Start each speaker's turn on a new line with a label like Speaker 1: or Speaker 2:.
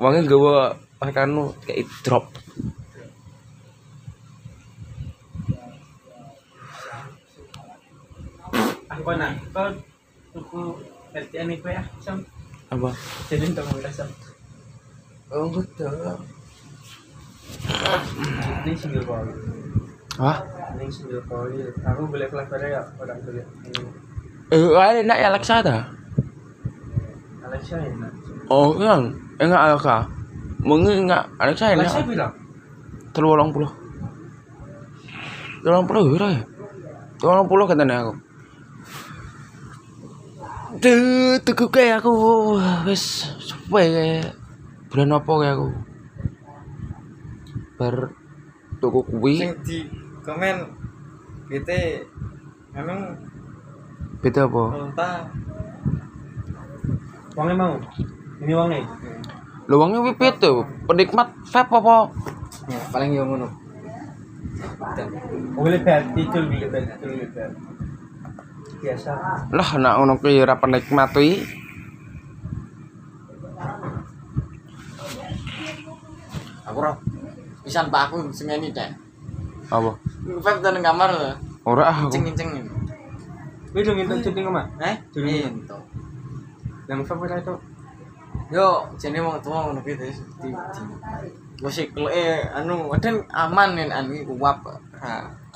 Speaker 1: wonge nggawa pakanu anu, kayak drop
Speaker 2: Ako na. Ikaw, tuku, kasi ano ko ya, Sam?
Speaker 1: apa
Speaker 2: Sino yung tawag Sam?
Speaker 1: oh enggak
Speaker 2: Ano yung single call?
Speaker 1: Hah?
Speaker 2: Ano yung single call? Ako, balik lang pa rin. Parang balik.
Speaker 1: Eh, ada nak Alexa dah.
Speaker 2: Alam siya yun na.
Speaker 1: Oh, kan. Enggak Alexa. Mungkin enggak Alexa
Speaker 2: Alam
Speaker 1: enak.
Speaker 2: siya bilang?
Speaker 1: Telurang puluh. Telurang puluh pira ya? Telurang puluh katanya aku. Duh, tuku kayak aku wis suwe kayak bulan apa kayak aku. Bar tuku kuwi
Speaker 3: sing di komen kita emang
Speaker 1: beda apa?
Speaker 3: lonta
Speaker 2: Wangi mau. Ini wangi.
Speaker 3: Hmm.
Speaker 1: Lu wonge kuwi piye tuh? Penikmat vape apa?
Speaker 3: ya, paling yang ngono
Speaker 2: Uli bel, titul, uli bel, titul, uli bel. Biasa.
Speaker 1: Lah nak ngono kuwi ora penikmat kuwi.
Speaker 3: aku roh pisan pak aku semeni teh
Speaker 1: Apa?
Speaker 3: vape tenan kamar lho
Speaker 1: Ora ah aku.
Speaker 3: cing cing
Speaker 2: Wih, dong, itu cuti kemah.
Speaker 3: eh
Speaker 2: Dulu.
Speaker 3: itu
Speaker 2: Yang favorit itu.
Speaker 3: yo jadi mau tua ngono gitu di di musik eh anu aden aman nih anu uap